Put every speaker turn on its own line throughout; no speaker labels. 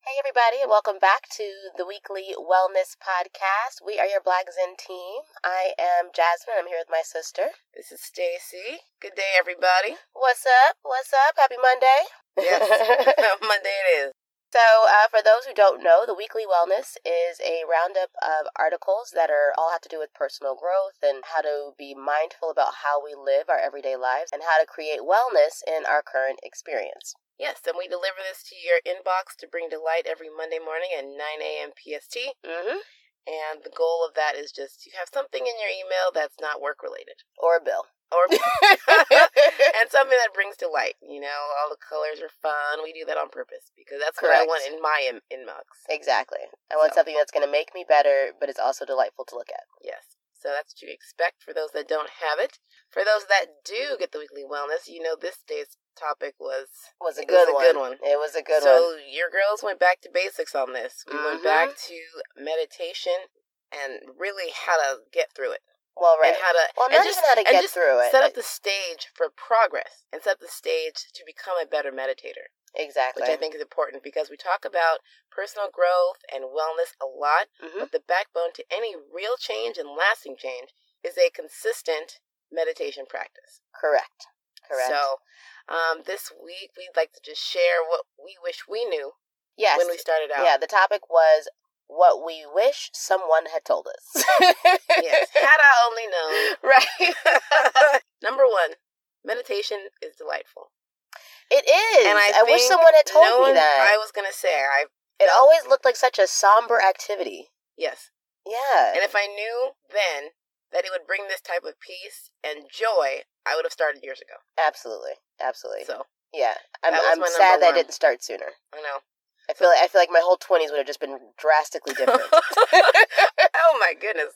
Hey, everybody, and welcome back to the weekly wellness podcast. We are your Black Zen team. I am Jasmine. I'm here with my sister.
This is Stacy. Good day, everybody.
What's up? What's up? Happy Monday.
Yes, Monday it is.
So, uh, for those who don't know, the Weekly Wellness is a roundup of articles that are all have to do with personal growth and how to be mindful about how we live our everyday lives and how to create wellness in our current experience.
Yes, and we deliver this to your inbox to bring delight every Monday morning at 9 a.m. PST.
Mm-hmm.
And the goal of that is just you have something in your email that's not work related
Or a bill.
or and something that brings delight. You know, all the colors are fun. We do that on purpose because that's what I
Correct.
want in my in- inbox.
exactly. I want
So-
something that's going to make me better, but it's also delightful to look at.
Yes. So that's what you expect for those that don't have it. For those that do get the weekly wellness, you know this day's topic was
was a
It
good,
was a
one.
good one.
It was a good
so
one.
your girls went back to basics on this. We
Mhm.
went back to meditation and really how to get through it
Well, right.
and how to
well,
and
not
just-
even how to
and
get
just
through it.
set up the stage for progress and set the stage to become a better meditator,
exactly.
which I think is important because we talk about personal growth and wellness a lot,
Mhm.
but the backbone to any real change and lasting change is a consistent meditation practice.
Correct. Correct.
So, um, this week we'd like to just share what we wish we knew
yes.
when we started out.
yeah, the topic was what we wish someone had told us.
yes. Had I only known.
Right.
Number one, meditation is delightful.
It is.
And I
wish
think
someone had told
no
me
one-
that.
I was gonna say I
it always looked like such a somber activity.
yes.
Yeah.
And if I knew then that it would bring this type of peace and joy, I would have started years ago.
absolutely. Absolutely.
So
yeah. I'm,
that was
I'm
my
sad
number
that I
one.
didn't start sooner.
I know.
I feel like I feel like my whole twenties would have just been drastically different.
oh my goodness.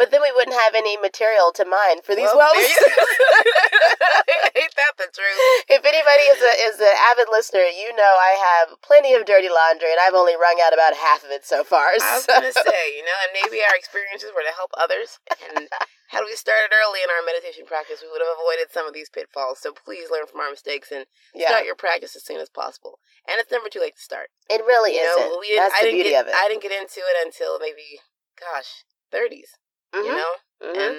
But then we wouldn't have any material to mine for these
Well, there
wellness.
you- Ain't that the truth?
if anybody is a, is an avid listener, you know I have plenty of dirty laundry, and I've only wrung out about half of it so far.
I was
so-
gonna say, you know, and maybe our experiences were to help others. And had we started early in our meditation practice, we would have avoided some of these pitfalls. So please learn from our mistakes and
yeah,
start your practice as soon as possible. And it's never too late to start.
it really
You
isn't.
know, we
That's
didn't, I
the
didn't
beauty
get,
of it.
I didn't get into it until maybe, gosh, 30s. You
Mhm,
know,
mhm,
and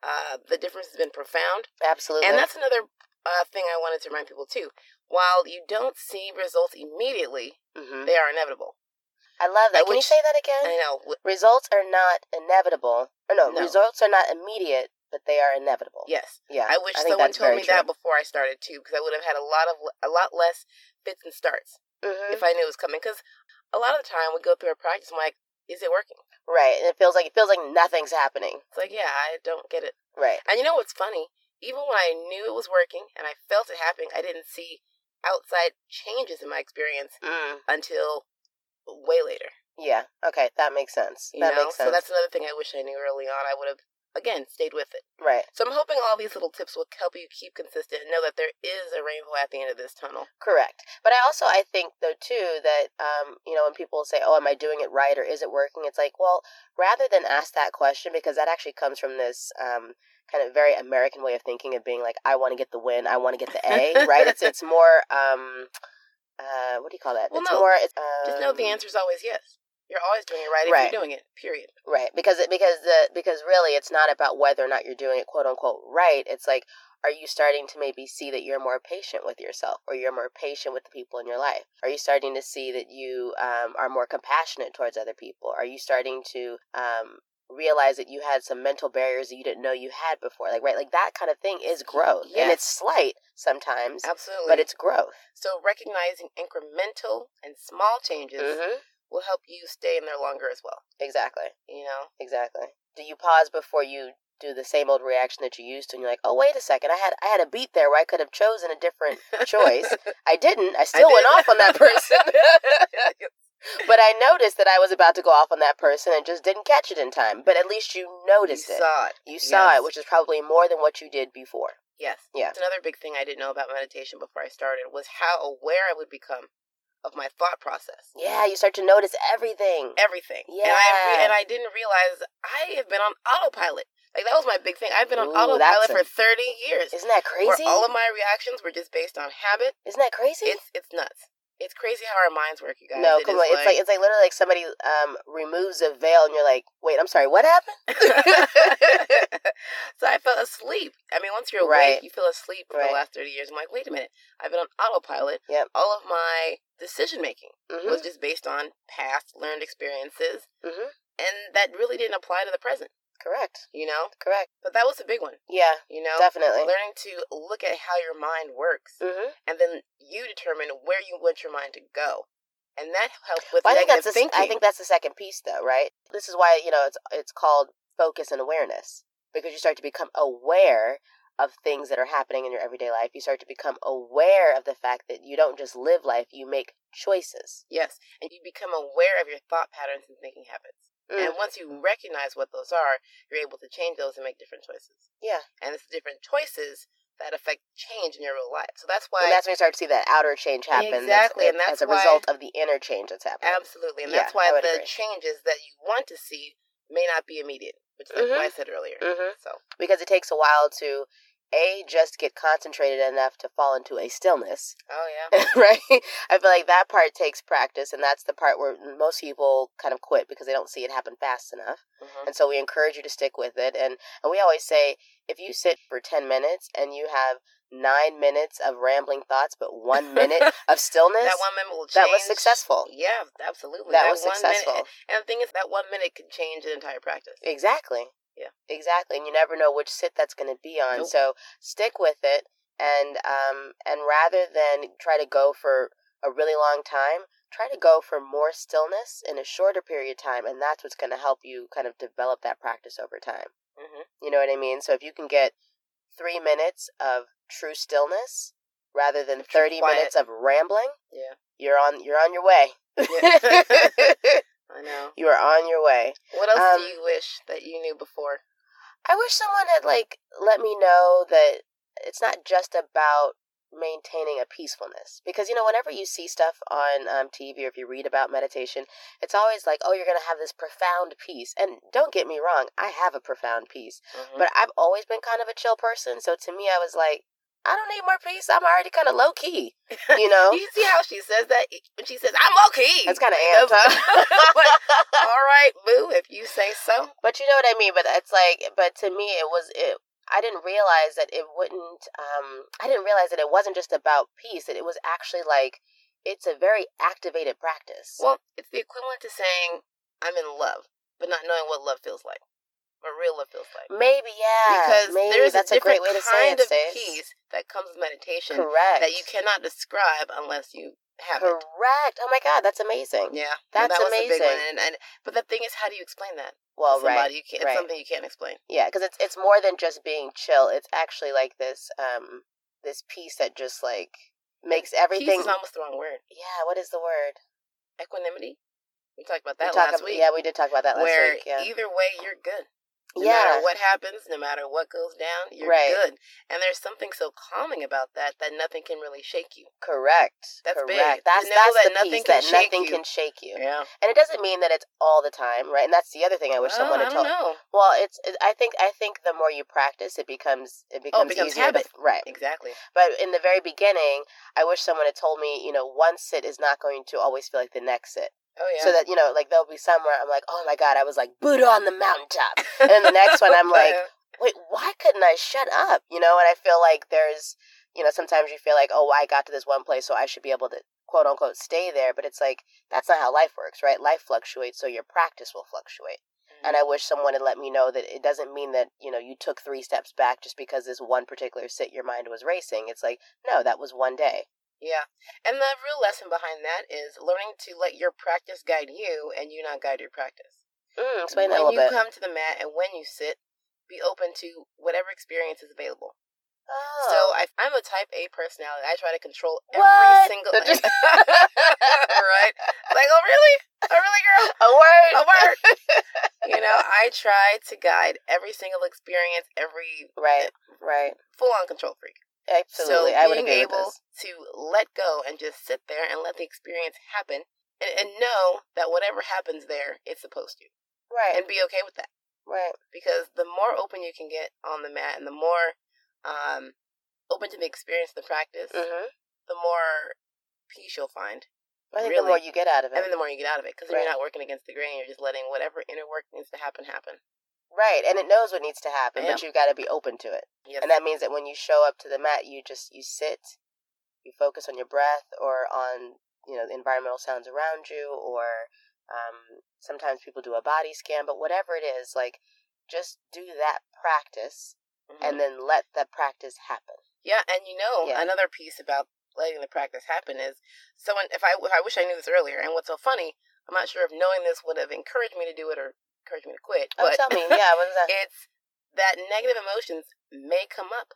uh, the difference has been profound.
absolutely.
And that's another uh, thing I wanted to remind people too. While you don't see results immediately,
Mhm.
they are inevitable.
I love that. Can you
which-
say that again?
I know. w-
results are not inevitable. Or no,
No.
results are not immediate, but they are inevitable.
Yes.
Yeah,
I wish
think
someone
that's
told
very
me that before I started too, because I would have had a lot of a lot less fits and starts
true. Mhm.
if I knew it was coming. Because a lot of the time we go through our practice, I'm like, "Is it working?"
Right, and it feels like it feels like nothing's happening.
It's like, "Yeah, I don't get it."
Right.
And you know what's funny? Even when I knew it was working and I felt it happening, I didn't see outside changes in my experience
Mm.
until way later.
Yeah. Okay, that makes sense.
You
That
know,
makes sense.
so that's another thing I wish I knew early on. I would have again stayed with it.
right.
So I'm hoping all these little tips will help you keep consistent and know that there is a rainbow at the end of this tunnel.
Correct. But I also I think though too that um, you know when people say, "Oh, am I doing it right or is it working?" It's like, well, rather than ask that question because that actually comes from this um, kind of very American way of thinking of being like, "I want to get the win, I want to get the A," right? It's it's more um, uh, what do you call that?
Well,
it's
no.
more it's,
Just know the
um,
answer is always yes. You're always doing it right,
Right.
if you're doing it. Period.
Right, because it because the because really it's not about whether or not you're doing it quote unquote right. It's like are you starting to maybe see that you're more patient with yourself or you're more patient with the people in your life? Are you starting to see that you um, are more compassionate towards other people? Are you starting to um, realize that you had some mental barriers that you didn't know you had before? Like right, like that kind of thing is growth, and
Yes.
it's slight sometimes,
Absolutely.
but it's growth.
so recognizing incremental and small changes
hmm
will help you stay in there longer as well.
Exactly.
You know,
Exactly. Do you pause before you do the same old reaction that you used to and you're like, Oh wait a second, I had I had a beat there where I could have chosen a different choice. I didn't. I
I
still went
did.
off on that person. but I noticed that I was about to go off on that person and just didn't catch it in time. But at least you
you
noticed it.
saw it.
You saw
Yes.
it, which is probably more than what you did before.
Yes.
Yeah.
That's another big thing I didn't know about meditation before I started was how aware I would become of my thought process.
Yeah, you start to notice everything.
Everything. And I,
Yeah.
re- and I didn't realize I have been on autopilot. Like that was my big thing. I've been on
Ooh, that's
autopilot
a-
for 30 years.
Isn't that
Where
crazy?
all of my reactions were just based on habit.
Isn't that crazy?
It's it's nuts. It's crazy how our minds work, you guys.
no,
It
come
is
on. It's like it's like literally like somebody um removes a veil and you're like, wait, I'm sorry, what happened?
so I fell asleep. I mean, once you're awake,
Right.
you feel asleep for
Right.
the last 30 years. I'm like, wait a minute. I've been on autopilot.
Yep.
All of my decision making
Mhm.
was just based on past learned experiences.
Mhm.
And that really didn't apply to the present,
Correct.
you know?
Correct.
But that was a big one,
Yeah,
you know?
definitely.
Learning to look at how your mind works
Mm-hmm.
and then you determine where you want your mind to go. And that helped with
Well, I think
negative
that's the,
thinking.
I think that's the second piece, though, right? This is why you know it's it's called focus and awareness because you start to become aware of things that are happening in your everyday life. You start to become aware of the fact that you don't just live life; you make choices.
Yes, and you become aware of your thought patterns and thinking habits.
Mm.
And once you recognize what those are, you're able to change those and make different choices.
Yeah.
And it's different choices that affect change in your real life. So that's why
and that's when you start to see that outer change happen.
Exactly, and
as
that's
a
why-
result of the inner change that's happening.
absolutely, and
Yeah,
that's why
I would
the
agree.
changes that you want to see may not be immediate, which is like what I said earlier.
Mhm.
So
because it takes a while to a just get concentrated enough to fall into a stillness.
oh yeah,
right? I feel like that part takes practice, and that's the part where most people kind of quit because they don't see it happen fast enough.
Mhm.
And so we encourage you to stick with it. And, and we always say if you sit for 10 minutes and you have nine minutes of rambling thoughts, but one minute of stillness,
that one minute will change.
that was successful.
Yeah, absolutely.
That was
one
successful.
Minute, and the thing is, that one minute could change an entire practice.
Exactly.
Yeah.
Exactly. And you never know which sit that's going to be on.
Nope.
So stick with it and um and rather than try to go for a really long time, try to go for more stillness in a shorter period of time and that's what's going to help you kind of develop that practice over time.
Mhm.
You know what I mean? So if you can get 3 minutes of true stillness rather than
Of true
30
quiet.
minutes of rambling,
Yeah.
you're on you're on your way.
Yeah. I know.
you are on your way.
What else
Um,
do you wish that you knew before?
I wish someone had like let me know that it's not just about maintaining a peacefulness because you know whenever you see stuff on um, TV or if you read about meditation, it's always like oh you're gonna have this profound peace. And don't get me wrong, I have a profound peace,
But
but I've always been kind of a chill person. So to me, I was like, I don't need more peace. I'm already kind of low key, you know.
you see how she says that E, when she says, "I'm okay."
That's kind of
Like,
amped up.
All right, boo. If you say so.
But you know what I mean. But it's like, but to me, it was it. I didn't realize that it wouldn't. Um, I didn't realize that it wasn't just about peace. That it was actually like, it's a very activated practice.
Well, it's the equivalent to saying, "I'm in love," but not knowing what love feels like, what real love feels like.
maybe yeah.
because
maybe
there's
that's
a
a,
different
great way to say
kind
it.
of
sis.
peace that comes with meditation
Correct.
that you cannot describe unless you have
Correct. Oh my God, that's amazing.
it. Yeah,
That's
that was a big one.
amazing.
And, and but the thing is, how do you explain that?
Well,
to somebody
right.
you can't. It's
right.
something you can't explain.
Yeah, because it's it's more than just being chill. It's actually like this um this piece that just like makes everything.
Peace is almost the wrong word.
yeah. What is the word?
equanimity. We talked about
We
that
talk
last
ab-
week.
Yeah, we did talk about that last
where
week. Yeah.
either way, you're good. No
yeah.
matter what happens, no matter what goes down, you're
Right.
good. And there's something so calming about that that nothing can really shake you.
Correct.
That's
Correct.
big. To
That's
know
that's
that
the
nothing
piece
can
that
shake
nothing
you.
can shake you.
Yeah.
And it doesn't mean that it's all the time, right? And that's the other thing I wish
Well,
someone
I
had
don't
told.
know.
Well, it's it, I think I think the more you practice, it becomes it becomes,
Oh, becomes
easier
habit.
To, right.
Exactly.
But in the very beginning, I wish someone had told me, you know, one sit is not going to always feel like the next sit.
Oh yeah.
So that, you know, like there'll be somewhere I'm like, "Oh my god, I was like Buddha on the mountaintop." and the next one I'm like, wait, why couldn't I shut up? You know, and I feel like there's, you know, sometimes you feel like, oh, I got to this one place, so I should be able to quote unquote stay there. But it's like, that's not how life works, right? Life fluctuates, so your practice will fluctuate.
Mm-hmm.
And I wish someone had let me know that it doesn't mean that, you know, you took three steps back just because this one particular sit your mind was racing. It's like, no, that was one day.
yeah. And the real lesson behind that is learning to let your practice guide you, and you not guide your practice.
Mm, explain that
when
a little
you
bit.
come to the mat and when you sit, be open to whatever experience is available. So
oh.
I, I'm a type A personality. I try to control every
What?
single
So
thing.
just-
right? Like, oh really? Oh really, girl?
a word.
Oh word. you know, I try to guide every single experience, every
Right, right.
full on control freak.
Absolutely.
So
I would
being
agree
able
with this.
to let go and just sit there and let the experience happen and, and know that whatever happens there, it's supposed to.
Right,
And be okay with that
right.
because the more open you can get on the mat and the more um, open to the experience, the practice,
Mm-hmm.
the more peace you'll find.
I think the
Really.
more you get out of it.
And then the more you get out of it, because
Right.
you're not working against the grain, you're just letting whatever inner work needs to happen happen.
right, and it knows what needs to happen, but
Yeah.
you've got to be open to it.
Yes.
And that means that when you show up to the mat, you just you sit, you focus on your breath or on you know the environmental sounds around you, or um, sometimes people do a body scan, but whatever it is, like just do that practice,
Mm-hmm.
and then let that practice happen.
Yeah, and you know
Yeah.
another piece about letting the practice happen is someone. If I if I wish I knew this earlier, and what's so funny, I'm not sure if knowing this would have encouraged me to do it or encouraged me to quit.
Oh,
But
tell me, yeah, what is that?
it's that negative emotions may come up.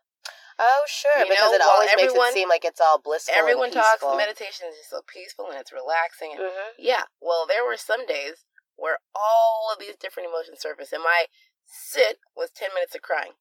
Oh, sure,
You
because
know,
it
while
always makes
everyone-
it seem like it's all blissful.
Everyone
and
talks
peaceful.
meditation is just so peaceful and it's relaxing. And
Mhm.
yeah, well, there were some days where all of these different emotions surfaced, and my sit was ten minutes of crying,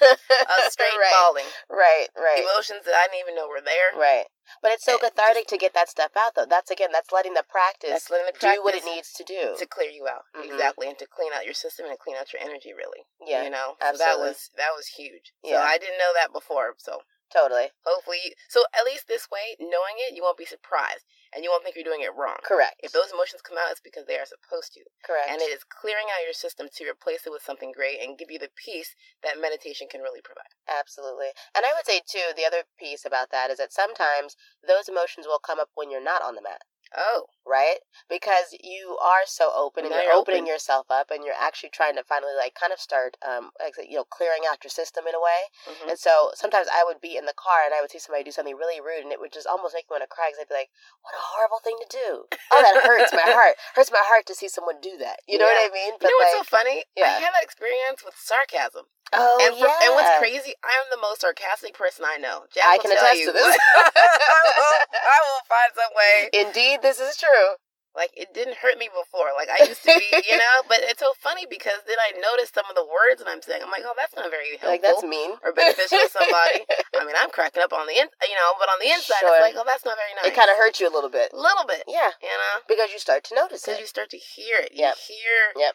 of straight
right.
bawling,
Right, right,
emotions that I didn't even know were there.
right. But it's so
It just-
cathartic to get that stuff out, though. That's again, that's letting the practice,
That's letting the practice
do what it needs to do.
to clear you out
Mhm.
exactly and to clean out your system and clean out your energy really
yeah,
you know so that
absolutely.
was that was huge so
Yeah.
i didn't know that before so
totally
hopefully you, so at least this way knowing it you won't be surprised and you won't think you're doing it wrong
correct.
if those emotions come out it's because they are supposed to
correct,
and it is clearing out your system to replace it with something great and give you the peace that meditation can really provide
absolutely. And I would say too, the other piece about that is that sometimes those emotions will come up when you're not on the mat.
oh
right? Because you are so open and
Now
you're,
you're
opening
open.
yourself up and you're actually trying to finally like kind of start um like you know clearing out your system in a way.
mhm.
And so sometimes I would be in the car and I would see somebody do something really rude and it would just almost make me want to cry because I'd be like, what a horrible thing to do. Oh, that hurts my heart. Hurts my heart to see someone do that. You know
Yeah.
what I mean?
you know what's
like,
so funny
yeah.
i had that experience with sarcasm
oh
and, for,
yeah.
and what's crazy, I am the most sarcastic person I know. Jack
I
will
can
tell
attest
you.
to this.
I, will, I will find some way.
Indeed, this is
Oh,
true.
Like it didn't hurt me before. Like I used to be, you know. But it's so funny because then I noticed some of the words that I'm saying. I'm like, oh, that's not very helpful
Like that's mean.
or beneficial to somebody. I mean, I'm cracking up on the in, you know, but on the inside,
Sure.
it's like, oh, that's not very nice.
It kind of hurts you a little bit.
a little bit,
Yeah,
you know.
because you start to notice
Because
it.
you start to hear it. You
Yep.
hear.
Yep.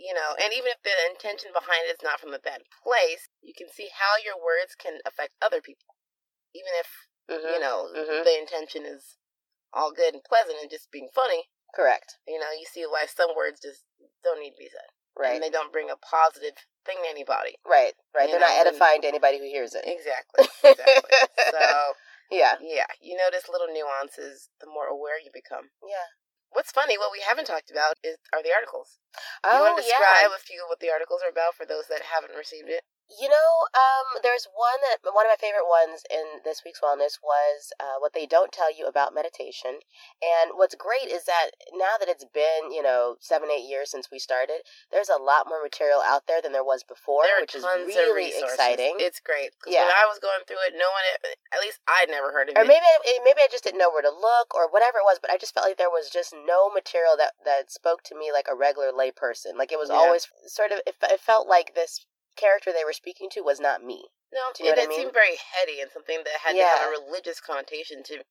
You know, and even if the intention behind it is not from a bad place, you can see how your words can affect other people. Even if
Mhm.
you know
Mhm.
the intention is all good and pleasant and just being funny,
Correct.
you know, you see why some words just don't need to be said,
Right.
and they don't bring a positive thing to anybody.
Right, right.
You
They're
know,
not
and-
edifying to anybody who hears it.
Exactly. exactly. so
yeah,
yeah, you notice little nuances the more aware you become.
yeah.
What's funny, what we haven't talked about is are the articles. you
Oh,
want to
yeah.
describe a few of what the articles are about for those that haven't received it?
You know, um, there's one that one of my favorite ones in this week's wellness was uh, what they don't tell you about meditation. And what's great is that now that it's been you know seven eight years since we started, there's a lot more material out there than there was before, which is really exciting.
It's great. 'cause
Yeah.
When I was going through it, no one, at least I'd never heard of
or
it.
maybe I, maybe I just didn't know where to look or whatever it was, but I just felt like there was just no material that that spoke to me like a regular layperson. Like it was
Yeah.
always sort of it, fe- it felt like this character they were speaking to was not me.
no,
do you know
it,
what I
it
mean?
seemed very heady and something that had to have a religious connotation to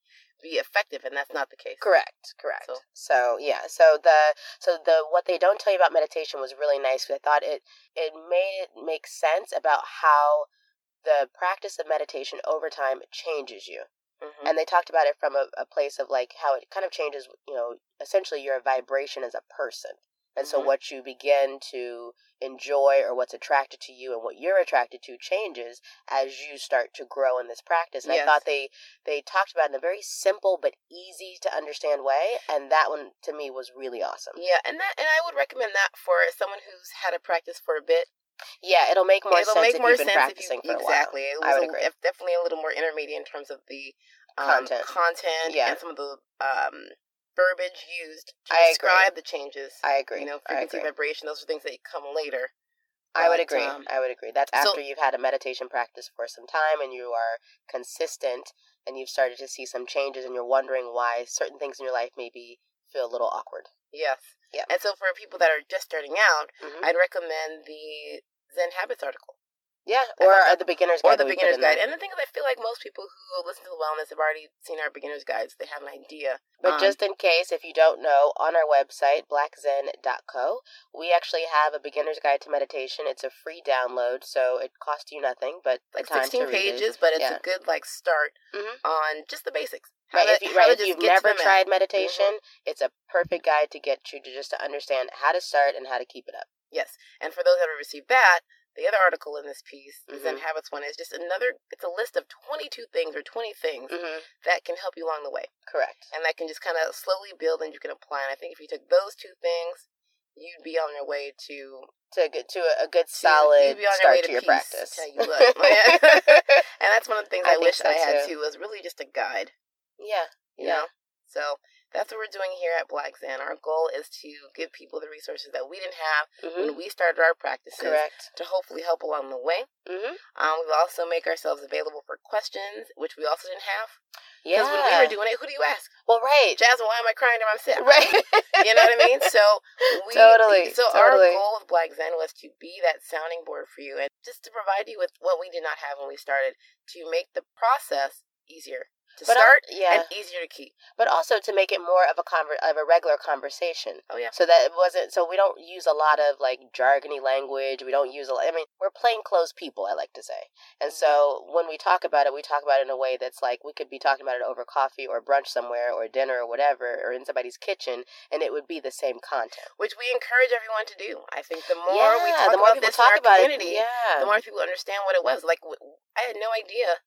be effective, and that's not the case.
Correct, correct. So,
So-
yeah, so the so the what they don't tell you about meditation was really nice because I thought it it made it make sense about how the practice of meditation over time changes you.
Mhm.
and they talked about it from a, a place of like how it kind of changes you know essentially your vibration as a person and so
Mhm.
what you begin to enjoy or what's attracted to you and what you're attracted to changes as you start to grow in this practice and i
Yes.
thought they they talked about it in a very simple but easy to understand way and that one to me was really awesome
yeah, and that, and I would recommend that for someone who's had a practice for a bit.
yeah it'll make more
It'll
sense
make
if
more
you've been
sense if
practicing
you
for a while
exactly. It
I
was
would
a-
agree.
it's definitely a little more intermediate in terms of the um,
Content.
content
Yeah.
and some of the um, verbiage used to
I agree.
describe the changes.
i agree
You know,
I
frequency,
agree.
vibration, those are things that come later.
I would
But,
agree.
um,
I would agree. That's
so-
after you've had a meditation practice for some time and you are consistent and you've started to see some changes and you're wondering why certain things in your life maybe feel a little awkward.
Yes.
Yeah.
And so for people that are just starting out,
Mhm.
I'd recommend the Zen Habits article.
Yeah,
I
or
thought
uh, the beginner's guide.
or the
that we put
beginner's
in there.
guide. And the thing is, I feel like most people who listen to the wellness have already seen our beginner's guides. They have an idea.
But
Um,
just in case, if you don't know, on our website, blackzen.co, we actually have a beginner's guide to meditation. It's a free download, so it costs you nothing but the
like
time
16
to read it.
pages, but it's
Yeah.
a good like start
Mhm.
on just the basics. How
Right,
to-
if, you,
how to
right, if
just
you've
get to
never
the mat.
tried meditation, it's a perfect guide to get you to just to understand how to start and how to keep it up.
Yes. And for those that haven't received that, the other article in this piece is in
Mhm.
Habits One is just another, it's a list of 22 things or 20 things
Mm-hmm.
that can help you along the way.
Correct.
And that can just kind of slowly build and you can apply. And I think if you took those two things, you'd be on your way to
To a good, to a, a good,
to-
solid
you'd be on your
start
way to
to your
peace,
practice.
tell you what. and that's one of the things
I
I,
think
wish
so,
I had
too.
too was really just a guide,
yeah,
you
yeah.
know? So that's what we're doing here at Black Zen. Our goal is to give people the resources that we didn't have
hmm
when we started our practices
Correct.
to hopefully help along the way.
Mm-hmm.
Um, we also make ourselves available for questions, which we also didn't have.
Yeah.
Because when we were doing it, who do you ask?
well, right,
Jasmine, why am I crying to myself?
right.
You know what I mean? So we
Totally,
so
totally.
our goal with Black Zen was to be that sounding board for you and just to provide you with what we did not have when we started to make the process easier to
But al-
start
yeah.
and easier to keep.
but also to make it more of a conver- of a regular conversation.
Oh yeah.
So that it wasn't. So we don't use a lot of like jargony language. We don't use a. I mean, we're plainclothes people. I like to say. And
Mm-hmm.
so when we talk about it, we talk about it in a way that's like we could be talking about it over coffee or brunch somewhere or dinner or whatever or in somebody's kitchen, and it would be the same content.
Which we encourage everyone to do. I think the more
yeah,
we talk
the more
about
people
this
talk
in our
about it,
community,
yeah,
the more people understand what it was. Like w- I had no idea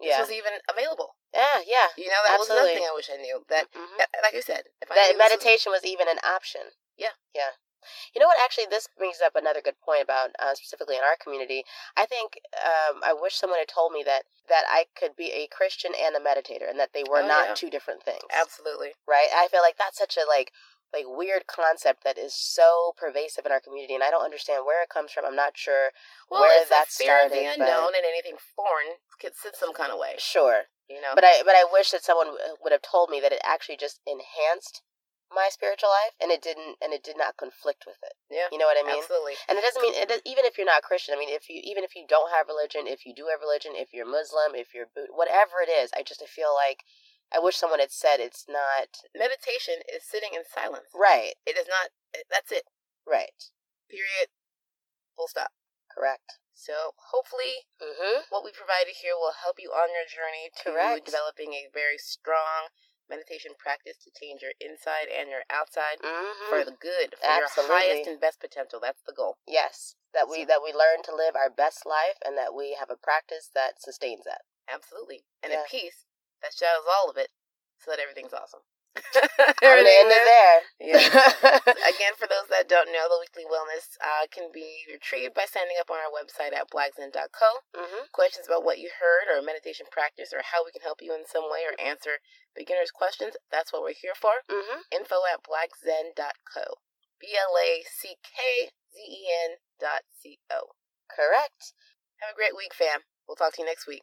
yeah,
this was even available.
yeah, yeah.
You know,
Absolutely.
that was another thing I wish I knew. That
Mhm.
Uh, like I said,
that
if I knew this was-
meditation was, even an option.
Yeah.
Yeah. You know what? Actually, this brings up another good point about uh, specifically in our community. I think um, I wish someone had told me that that I could be a Christian and a meditator, and that they were
Oh,
not
yeah.
two different things.
absolutely,
Right? I feel like that's such a like like weird concept that is so pervasive in our community, and I don't understand where it comes from. I'm not sure.
well,
Where
it's
that
that fear of the
started, but-
unknown and anything foreign could sit some kind of way,
Sure.
you know.
But I but I wish that someone w- would have told me that it actually just enhanced my spiritual life, and it didn't, and it did not conflict with it.
yeah,
You know what I mean?
absolutely.
And it doesn't mean it does, even if you're not Christian. I mean, if you even if you don't have religion, if you do have religion, if you're Muslim, if you're Buddh- whatever it is, I just feel like I wish someone had said it's not
Meditation is sitting in silence.
right,
It is not. it- That's it.
right,
Period. Full stop.
correct.
So hopefully,
Mm-hmm.
what we provided here will help you on your journey to
Correct.
developing a very strong meditation practice to change your inside and your outside
Mm-hmm.
for the good, for
Absolutely.
your highest and best potential. That's the goal.
yes, that we that we learn to live our best life, and that we have a practice that sustains that.
Absolutely. And
Yeah.
a piece that shadows all of it so that everything's awesome.
I'm gonna end it there.
Yeah. Again, for those that don't know, the weekly wellness uh, can be retrieved by signing up on our website at blackzen.co.
Mm-hmm.
Questions about what you heard or meditation practice or how we can help you in some way or answer beginners' questions, that's what we're here for.
Mm-hmm.
Info at blackzen.co. B L A C K Z E N dot C O.
Correct.
Have a great week, fam. We'll talk to you next week.